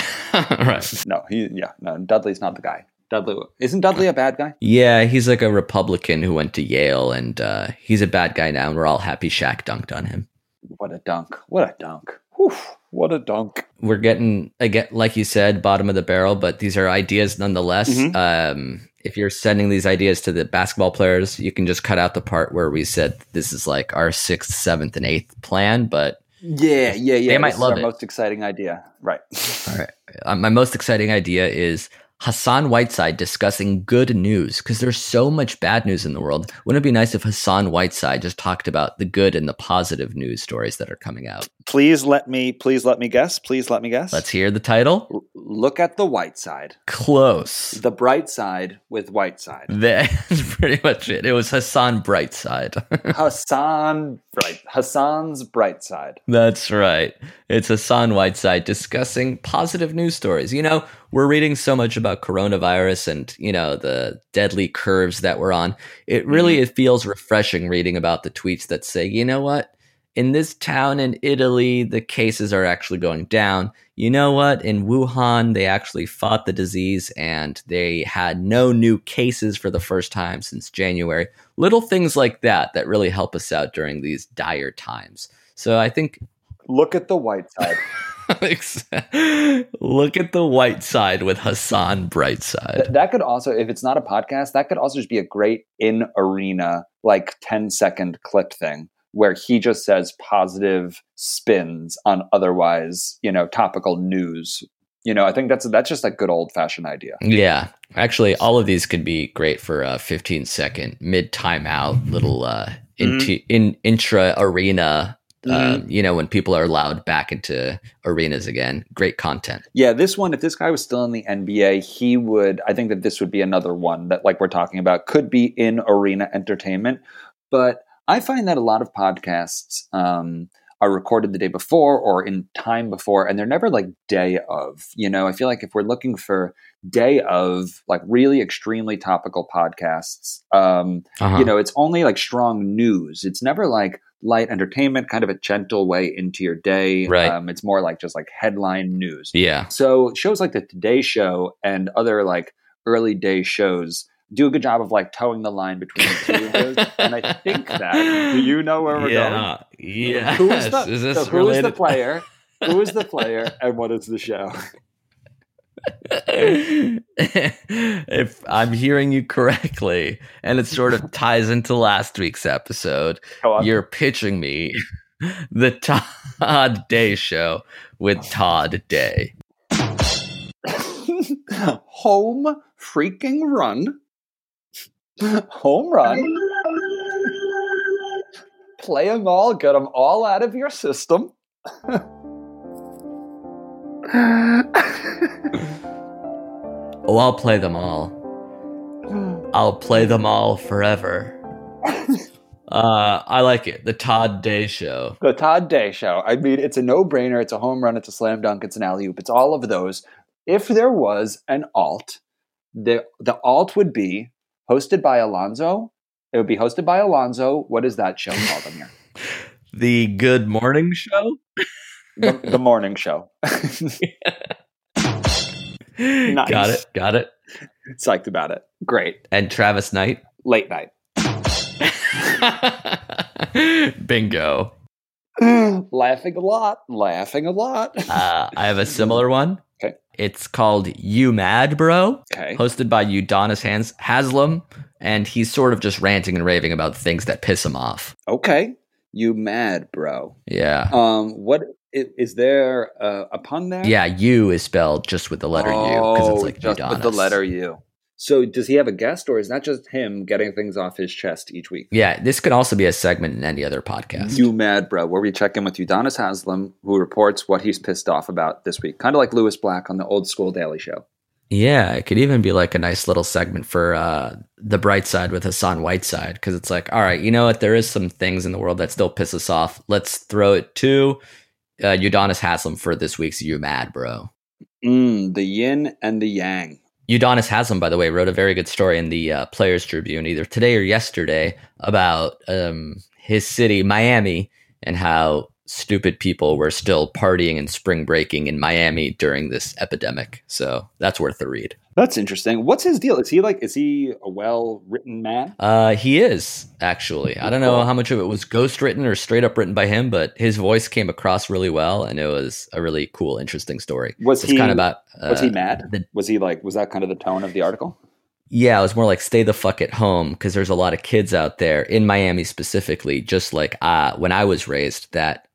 Speaker 2: [LAUGHS] right.
Speaker 4: No, he yeah no Dudley's not the guy. Dudley isn't Dudley a bad guy?
Speaker 2: Yeah, he's like a Republican who went to Yale, and uh, he's a bad guy now. And we're all happy Shaq dunked on him.
Speaker 4: What a dunk! What a dunk! Whew, what a dunk!
Speaker 2: We're getting again, like you said, bottom of the barrel, but these are ideas nonetheless.
Speaker 4: Mhm.
Speaker 2: Um, if you're sending these ideas to the basketball players, you can just cut out the part where we said this is like our sixth, seventh, and eighth plan. But
Speaker 4: Yeah, yeah, yeah.
Speaker 2: They might
Speaker 4: this is
Speaker 2: love
Speaker 4: our
Speaker 2: it.
Speaker 4: Most exciting idea, right?
Speaker 2: All right. Uh, my most exciting idea is Hassan Whiteside discussing good news because there's so much bad news in the world. Wouldn't it be nice if Hassan Whiteside just talked about the good and the positive news stories that are coming out?
Speaker 4: Please let me. Please let me guess. Please let me guess.
Speaker 2: Let's hear the title.
Speaker 4: L- look at the white side.
Speaker 2: Close. [LAUGHS]
Speaker 4: The bright side with white side.
Speaker 2: That's pretty much it. It was Hassan Brightside. [LAUGHS]
Speaker 4: Hassan bright Hassan's bright side.
Speaker 2: That's right. It's Hassan Whiteside discussing positive news stories. You know, we're reading so much about coronavirus and, you know, the deadly curves that we're on. It really it feels refreshing reading about the tweets that say, you know what? In this town in Italy, the cases are actually going down. You know what? In Wuhan, they actually fought the disease and they had no new cases for the first time since January. Little things like that that really help us out during these dire times. So I think
Speaker 4: Look at the white side.
Speaker 2: look at the white side with Hassan
Speaker 4: Th-
Speaker 2: Brightside.
Speaker 4: that could also, if it's not a podcast, that could also just be a great in arena, like 10 second clip thing where he just says positive spins on otherwise, you know, topical news. You know, I think that's that's just a good old fashioned idea.
Speaker 2: Yeah. Actually, all of these could be great for a 15 second mid timeout little uh,
Speaker 4: Mm-hmm.
Speaker 2: into, in, intra arena. Um, you know, when people are allowed back into arenas again, great content.
Speaker 4: Yeah, this one, if this guy was still in the NBA, he would, I think that this would be another one that, like we're talking about, could be in arena entertainment. But I find that a lot of podcasts um, are recorded the day before or in time before, and they're never like day of. You know, I feel like if we're looking for day of, like really extremely topical podcasts, um,
Speaker 2: Uh-huh.
Speaker 4: you know it's only like strong news it's never like light entertainment kind of a gentle way into your day
Speaker 2: Right.
Speaker 4: um, it's more like just like headline news
Speaker 2: yeah.
Speaker 4: so shows like the today show and other like early day shows do a good job of like towing the line between the two of those and i
Speaker 2: [LAUGHS]
Speaker 4: think that do you know where we're going
Speaker 2: yeah. Yeah.
Speaker 4: who is the,
Speaker 2: [LAUGHS] Is this
Speaker 4: so who is the
Speaker 2: related?
Speaker 4: player
Speaker 2: [LAUGHS]
Speaker 4: who is the player and what is the show [LAUGHS]
Speaker 2: [LAUGHS] if I'm hearing you correctly, and it sort of ties into last week's episode,
Speaker 4: Go on.
Speaker 2: you're pitching me the Todd Day Show with Todd Day.
Speaker 4: [LAUGHS] home freaking run. [LAUGHS] Home run. Play them all, get them all out of your system. [LAUGHS]
Speaker 2: Oh, I'll play them all. I'll play them all forever. Uh, I like it. The Todd Day Show.
Speaker 4: The Todd Day Show. I mean, it's a no brainer. It's a home run. It's a slam dunk. It's an alley oop. It's all of those. If there was an alt, the, the alt would be hosted by Alonzo. It would be hosted by Alonzo. What is that show called on here?
Speaker 2: The Good Morning Show?
Speaker 4: The, the morning show.
Speaker 2: Got it. Got it.
Speaker 4: psyched about it. Great.
Speaker 2: And Travis Knight. [LAUGHS]
Speaker 4: Late night.
Speaker 2: Bingo.
Speaker 4: laughing a lot. Laughing a lot.
Speaker 2: Uh, I have a similar one.
Speaker 4: Okay.
Speaker 2: It's called You Mad Bro,
Speaker 4: Okay.
Speaker 2: hosted by Udonis Hans- Haslam, and he's sort of just ranting and raving about things that piss him off.
Speaker 4: Okay. You mad, bro?
Speaker 2: Yeah.
Speaker 4: Um, what is, is there uh, a pun there?
Speaker 2: Yeah, U is spelled just with the letter U because it's
Speaker 4: Oh,
Speaker 2: like
Speaker 4: just
Speaker 2: Udonis.
Speaker 4: with the letter U. So does he have a guest, or is that just him getting things off his chest each week?
Speaker 2: Yeah, this could also be a segment in any other podcast.
Speaker 4: You mad, bro? Where we check in with Udonis Haslam, who reports what he's pissed off about this week, kind of like Lewis Black on the old school Daily Show.
Speaker 2: Yeah, it could even be like a nice little segment for uh, the bright side with Hassan Whiteside because it's like, all right, you know what? There is some things in the world that still piss us off. Let's throw it to uh, Udonis Haslam for this week's You Mad Bro.
Speaker 4: Mm, the yin and the yang.
Speaker 2: Udonis Haslam, by the way, wrote a very good story in the uh, Players Tribune either today or yesterday about um, his city, Miami, and how stupid people were still partying and spring breaking in Miami during this epidemic. So that's worth the read.
Speaker 4: That's interesting. What's his deal? Is he like? Is he a well-written man?
Speaker 2: Uh, he is actually. I don't know how much of it was ghost written or straight up written by him, but his voice came across really well, and it was a really cool, interesting story.
Speaker 4: Was
Speaker 2: it's
Speaker 4: he
Speaker 2: kind of about uh,
Speaker 4: Was he mad?
Speaker 2: the-
Speaker 4: was he like? Was that kind of the tone of the article?
Speaker 2: Yeah, it was more like stay the fuck at home because there's a lot of kids out there in Miami specifically, just like uh, when I was raised, that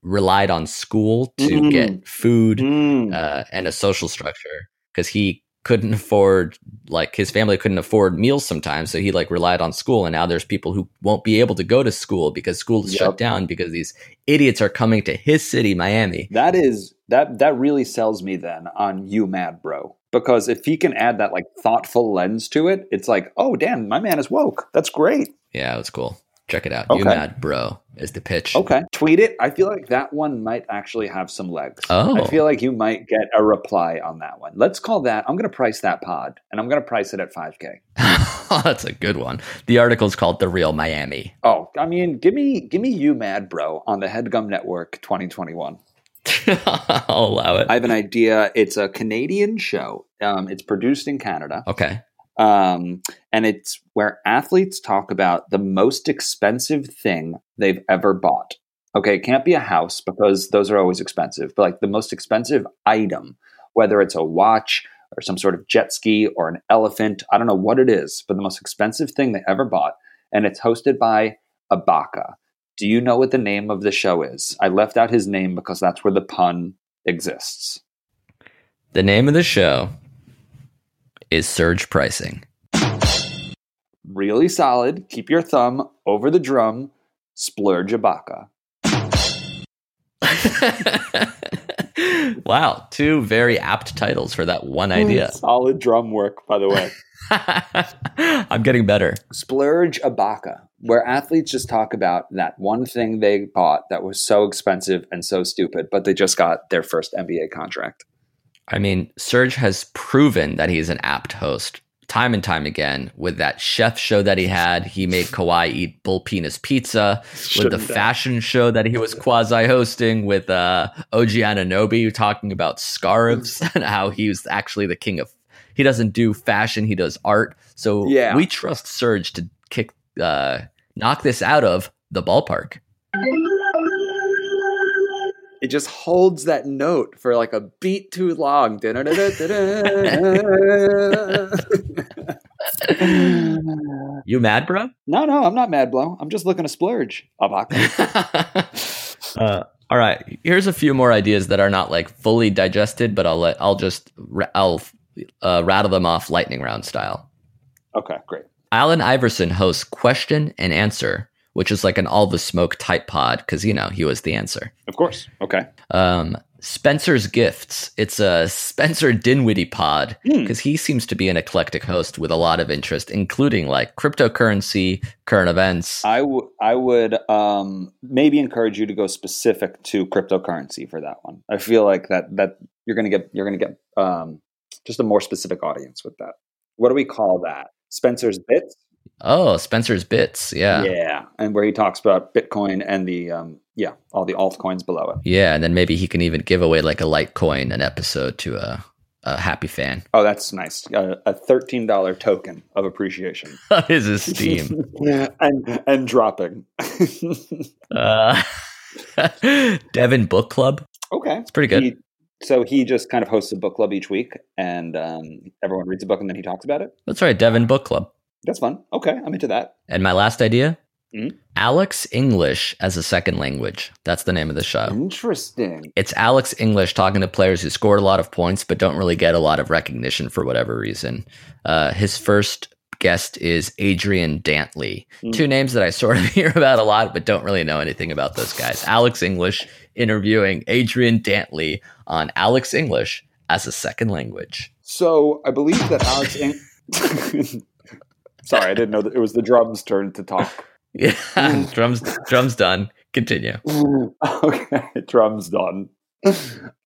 Speaker 2: relied on school to
Speaker 4: Mm.
Speaker 2: get food
Speaker 4: Mm.
Speaker 2: uh, and a social structure because he couldn't afford like his family couldn't afford meals sometimes so he like relied on school and now there's people who won't be able to go to school because school is shut
Speaker 4: Yep.
Speaker 2: down because these idiots are coming to his city miami
Speaker 4: That is that that really sells me then on you mad bro because if he can add that like thoughtful lens to it, it's like oh damn, my man is woke. That's great.
Speaker 2: yeah it was cool check it out
Speaker 4: Okay.
Speaker 2: you mad bro is the pitch
Speaker 4: Okay, tweet it. I feel like that one might actually have some legs.
Speaker 2: Oh.
Speaker 4: I feel like you might get a reply on that one. Let's call that. I'm going to price that pod, and I'm going to price it at five k.
Speaker 2: [LAUGHS] Oh, that's a good one the article's called the real miami [LAUGHS]
Speaker 4: Oh, I mean, give me give me you mad bro on the Headgum Network 2021.
Speaker 2: i'll allow it
Speaker 4: I have an idea. It's a Canadian show. Um, it's produced in Canada,
Speaker 2: okay
Speaker 4: um, and it's where athletes talk about the most expensive thing they've ever bought. Okay, it can't be a house because those are always expensive, but like the most expensive item, whether it's a watch or some sort of jet ski or an elephant, I don't know what it is, but the most expensive thing they ever bought. And it's hosted by Abaka. Do you know what the name of the show is? I left out his name because that's where the pun exists.
Speaker 2: the name of the show is surge pricing
Speaker 4: really solid. Keep your thumb over the drum. Splurge Ibaka.
Speaker 2: wow, two very apt titles for that one idea.
Speaker 4: Solid drum work, by the [LAUGHS] way.
Speaker 2: [LAUGHS] I'm getting better.
Speaker 4: Splurge Ibaka, where athletes just talk about that one thing they bought that was so expensive and so stupid, but they just got their first NBA contract.
Speaker 2: I mean, Serge has proven that he's an apt host time and time again with that chef show that he had. He made Kawhi eat bull penis pizza with the fashion show that he was quasi hosting with uh, OG Ananobi talking about scarves [LAUGHS] and how he was actually the king of. He doesn't do fashion, he does art. So
Speaker 4: Yeah.
Speaker 2: we trust Serge to kick, uh, knock this out of the ballpark.
Speaker 4: It just holds that note for like a beat too long. [LAUGHS] no,
Speaker 2: You mad, bro?
Speaker 4: no, I'm not mad, Blow. I'm just looking to splurge.
Speaker 2: [LAUGHS]
Speaker 4: Ibaka. [LAUGHS]
Speaker 2: uh, all right, here's a few more ideas that are not like fully digested, but I'll let I'll just ra- I'll uh, rattle them off lightning round style.
Speaker 4: Okay, great.
Speaker 2: Alan Iverson hosts question and answer, which is like an all the smoke type pod because you know he was the answer.
Speaker 4: Of course. Okay.
Speaker 2: Um, Spencer's gifts. It's a Spencer Dinwiddie pod
Speaker 4: Hmm.
Speaker 2: because he seems to be an eclectic host with a lot of interest, including like cryptocurrency, current events.
Speaker 4: I, w- I would um, maybe encourage you to go specific to cryptocurrency for that one. I feel like that that you're gonna get you're gonna get um, just a more specific audience with that. What do we call that? Spencer's Bits.
Speaker 2: oh, Spencer's bits.
Speaker 4: and where he talks about Bitcoin and the um, yeah all the altcoins below it.
Speaker 2: Yeah, and then maybe he can even give away like a Litecoin an episode to a, a happy fan [LAUGHS]
Speaker 4: Oh, that's nice. A, a thirteen dollar token of appreciation.
Speaker 2: of his
Speaker 4: [LAUGHS]
Speaker 2: esteem.
Speaker 4: yeah, and and dropping. [LAUGHS]
Speaker 2: uh, [LAUGHS] Devin Book Club.
Speaker 4: okay.
Speaker 2: It's pretty good.
Speaker 4: He- So he just kind of hosts a book club each week, and um, everyone reads a book, and then he talks about it.
Speaker 2: That's right, Devon Book Club.
Speaker 4: That's fun. Okay, I'm into that.
Speaker 2: And my last idea
Speaker 4: Mhm.
Speaker 2: Alex English as a second language. That's the name of the show.
Speaker 4: Interesting.
Speaker 2: It's Alex English talking to players who scored a lot of points but don't really get a lot of recognition for whatever reason. Uh, his first guest is Adrian Dantley.
Speaker 4: Mm.
Speaker 2: Two names that I sort of [LAUGHS] hear about a lot but don't really know anything about those guys. Alex English interviewing Adrian Dantley on Alex English as a second language. [LAUGHS]
Speaker 4: So I believe that Alex. Eng- [LAUGHS] Sorry, I didn't know that it was the drums' turn to [LAUGHS] talk.
Speaker 2: Yeah,
Speaker 4: Hmm.
Speaker 2: drums drums done. Continue.
Speaker 4: okay, drums done. [LAUGHS]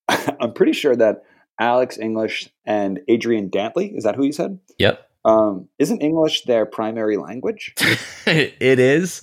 Speaker 4: I'm pretty sure that Alex English and Adrian Dantley is that who you said?
Speaker 2: Yep.
Speaker 4: Um, isn't English their primary language?
Speaker 2: [LAUGHS] it is.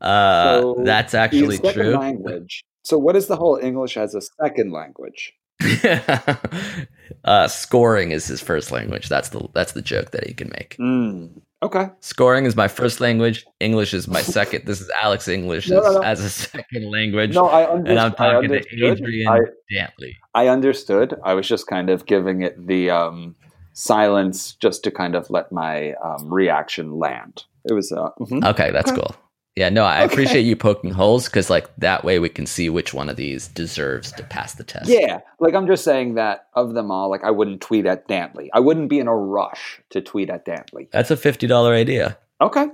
Speaker 2: Uh,
Speaker 4: So,
Speaker 2: that's actually
Speaker 4: The second
Speaker 2: true.
Speaker 4: Language. So what is the whole English as a second language?
Speaker 2: [LAUGHS] uh, scoring is his first language. That's the that's the joke that he can make.
Speaker 4: Mm. Okay.
Speaker 2: Scoring is my first language. English is my second. This is Alex English
Speaker 4: No,
Speaker 2: as,
Speaker 4: no, no.
Speaker 2: as a second language.
Speaker 4: No, I, under-
Speaker 2: and I'm
Speaker 4: I
Speaker 2: talking to
Speaker 4: understood.
Speaker 2: Adrian
Speaker 4: I,
Speaker 2: Dantley.
Speaker 4: I understood. I was just kind of giving it the um, silence just to kind of let my um, reaction land. It was uh, mhm.
Speaker 2: Okay, that's
Speaker 4: Okay.
Speaker 2: cool. Yeah, no, I
Speaker 4: Okay.
Speaker 2: appreciate you poking holes because, like, that way we can see which one of these deserves to pass the test.
Speaker 4: yeah. Like I'm just saying that of them all, like I wouldn't tweet at Dantley. I wouldn't be in a rush to tweet at Dantley.
Speaker 2: That's a $50 idea.
Speaker 4: Okay.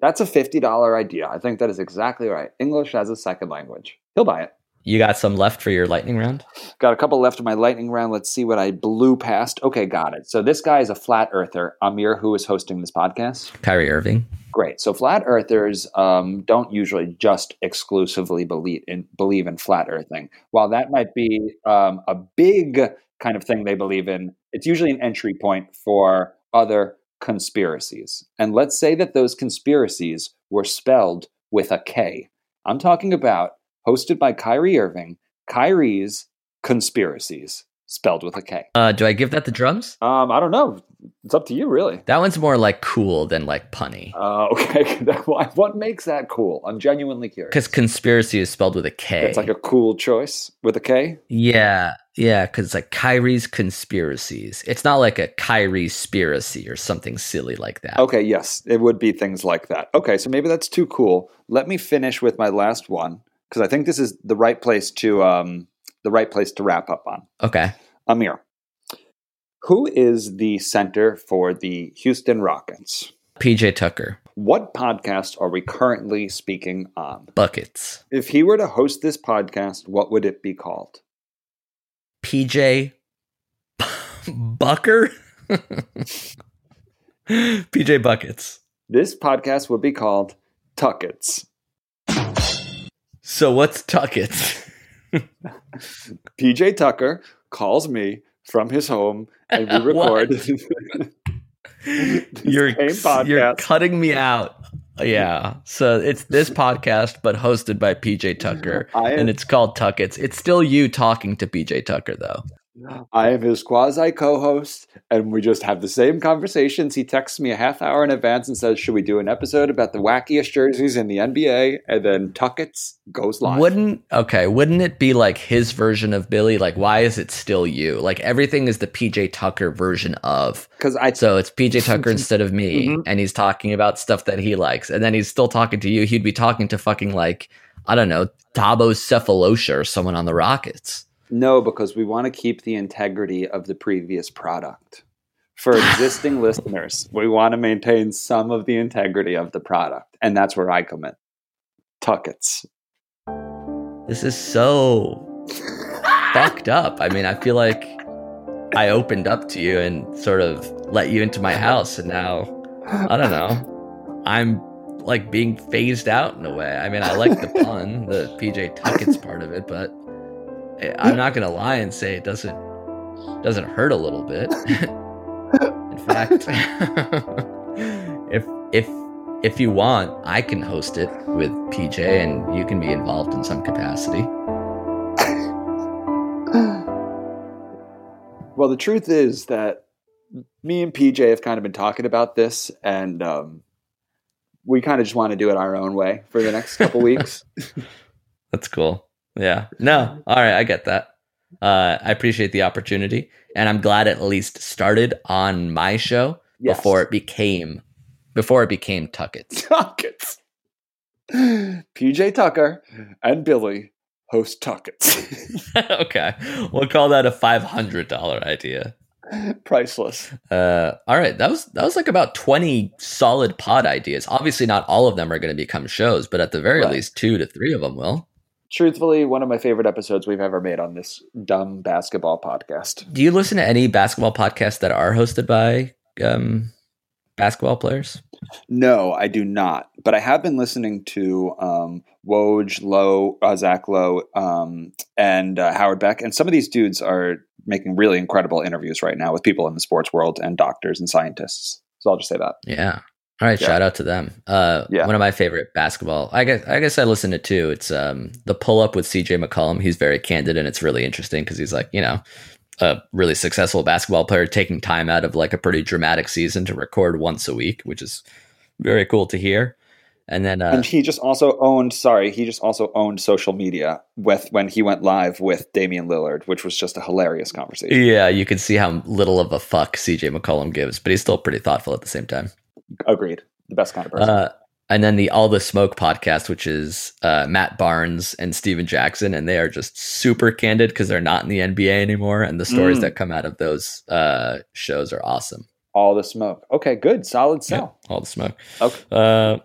Speaker 4: That's a fifty dollar idea. I think that is exactly right. English as a second language. He'll buy it.
Speaker 2: You got some left for your lightning round?
Speaker 4: Got a couple left in my lightning round. Let's see what I blew past. Okay, got it. So this guy is a flat earther. Amir, who is hosting this podcast.
Speaker 2: Kyrie Irving.
Speaker 4: Great. So flat earthers um, don't usually just exclusively believe in believe in flat earthing. While that might be um, a big kind of thing they believe in, it's usually an entry point for other conspiracies. And let's say that those conspiracies were spelled with a K. I'm talking about hosted by Kyrie Irving, Kyrie's conspiracies spelled with a K.
Speaker 2: Uh, do I give that the drums?
Speaker 4: Um, I don't know. It's up to you, really.
Speaker 2: That one's more like cool than like punny.
Speaker 4: Uh, [LAUGHS] okay. Why- what makes that cool? I'm genuinely curious.
Speaker 2: Because conspiracy is spelled with a K.
Speaker 4: It's like a cool choice with a K.
Speaker 2: yeah, yeah, because like Kyrie's conspiracies. It's not like a Kyrie spiracy or something silly like that.
Speaker 4: Okay, yes, it would be things like that. Okay, so maybe that's too cool. Let me finish with my last one because I think this is the right place to um, the right place to wrap up on.
Speaker 2: Okay.
Speaker 4: Amir, who is the center for the Houston Rockets?
Speaker 2: PJ Tucker,
Speaker 4: What podcast are we currently speaking on?
Speaker 2: buckets.
Speaker 4: If he were to host this podcast, what would it be called?
Speaker 2: PJ [LAUGHS] Bucker? [LAUGHS] PJ Buckets.
Speaker 4: This podcast would be called Tuckets.
Speaker 2: So what's Tuckets?
Speaker 4: PJ Tucker calls me from his home and
Speaker 2: [LAUGHS]
Speaker 4: we
Speaker 2: What?
Speaker 4: record.
Speaker 2: you're
Speaker 4: same
Speaker 2: you're
Speaker 4: podcast.
Speaker 2: cutting me out. Yeah. So it's
Speaker 4: [LAUGHS]
Speaker 2: this podcast, but hosted by PJ Tucker,
Speaker 4: I am-
Speaker 2: and it's called Tuckets. It's still you talking to PJ Tucker, though.
Speaker 4: I am his quasi co host and we just have the same conversations. He texts me a half hour in advance and says, Should we do an episode about the wackiest jerseys in the NBA? And then Tuckets goes live.
Speaker 2: Wouldn't okay? Wouldn't it be like his version of Billy? Like, why is it still you? Like everything is the PJ Tucker version of.
Speaker 4: Because I.
Speaker 2: So it's PJ Tucker instead of me,
Speaker 4: Mhm.
Speaker 2: and he's talking about stuff that he likes, and then he's still talking to you. He'd be talking to fucking like I don't know Dabo Cephalosha or someone on the Rockets.
Speaker 4: No, because we want to keep the integrity of the previous product. For
Speaker 2: [LAUGHS]
Speaker 4: existing listeners, we want to maintain some of the integrity of the product. And that's where I come in. Tuckets.
Speaker 2: This is so fucked up. I mean, I feel like I opened up to you and sort of let you into my house, and now I don't know. I'm like being phased out in a way. I mean, I like the pun, the PJ Tuckett's part of it, but I- I'm not gonna lie and say it doesn't doesn't hurt a little bit. [LAUGHS] in fact, [LAUGHS] if if if you want, I can host it with PJ, and you can be involved in some capacity.
Speaker 4: Well, the truth is that me and PJ have kind of been talking about this, and um, we kind of just want to do it our own way
Speaker 2: [LAUGHS]
Speaker 4: for the next couple weeks.
Speaker 2: That's cool. Yeah. No. All right. I get that. Uh, I appreciate the opportunity, and I'm glad it at least started on my show
Speaker 4: Yes.
Speaker 2: before it became before it became [LAUGHS] Tuckets.
Speaker 4: Tuckets. PJ Tucker and Billy host Tuckets. [LAUGHS]
Speaker 2: okay, we'll call that a five hundred dollar idea.
Speaker 4: Priceless.
Speaker 2: Uh, all right, that was that was like about twenty solid pod ideas. Obviously, not all of them are going to become shows, but at the very
Speaker 4: Right.
Speaker 2: least, two to three of them will.
Speaker 4: Truthfully, one of my favorite episodes we've ever made on this dumb basketball podcast.
Speaker 2: Do you listen to any basketball podcasts that are hosted by um, basketball players?
Speaker 4: No, I do not. But I have been listening to um, Woj, Lowe, uh, Zach Lowe, um, and uh, Howard Beck. And some of these dudes are making really incredible interviews right now with people in the sports world and doctors and scientists. So I'll just say that.
Speaker 2: Yeah. All right,
Speaker 4: Yeah.
Speaker 2: shout out to them. Uh,
Speaker 4: Yeah.
Speaker 2: One of my favorite basketball. I guess I guess I listen to two. It's um, the pull up with CJ McCollum. He's very candid and it's really interesting because he's like you know a really successful basketball player taking time out of like a pretty dramatic season to record once a week, which is very cool to hear. And then uh,
Speaker 4: and he just also owned, sorry, he just also owned social media with when he went live with Damian Lillard, which was just a hilarious
Speaker 2: Mm.
Speaker 4: conversation.
Speaker 2: yeah, you can see how little of a fuck CJ McCollum gives, but he's still pretty thoughtful at the same time.
Speaker 4: Agreed. The best kind of person.
Speaker 2: Uh, and then the All the Smoke podcast, which is uh, Matt Barnes and Steven Jackson, and they are just super candid because they're not in the NBA anymore, and the stories
Speaker 4: Mm.
Speaker 2: that come out of those uh, shows are awesome.
Speaker 4: All the smoke. Okay, good. Solid sell.
Speaker 2: All the Smoke.
Speaker 4: Okay.
Speaker 2: Uh,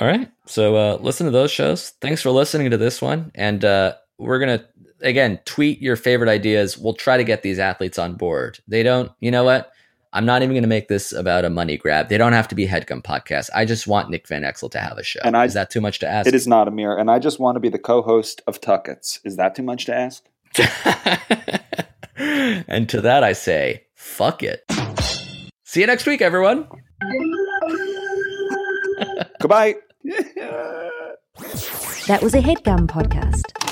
Speaker 2: all right, so uh, listen to those shows. Thanks for listening to this one, and uh, we're gonna again tweet your favorite ideas. We'll try to get these athletes on board. They don't, you know what? I'm not even gonna make this about a money grab. They don't have to be headgum podcast. I just want Nick Van Exel to have a show.
Speaker 4: And I-
Speaker 2: is that too much to ask?
Speaker 4: It is not a mirror, and I just want to be the co-host of Tuckets. Is that too much to ask?
Speaker 2: [LAUGHS] and to that I say, fuck it. See you next week, everyone.
Speaker 4: Goodbye.
Speaker 1: That was a headgum podcast.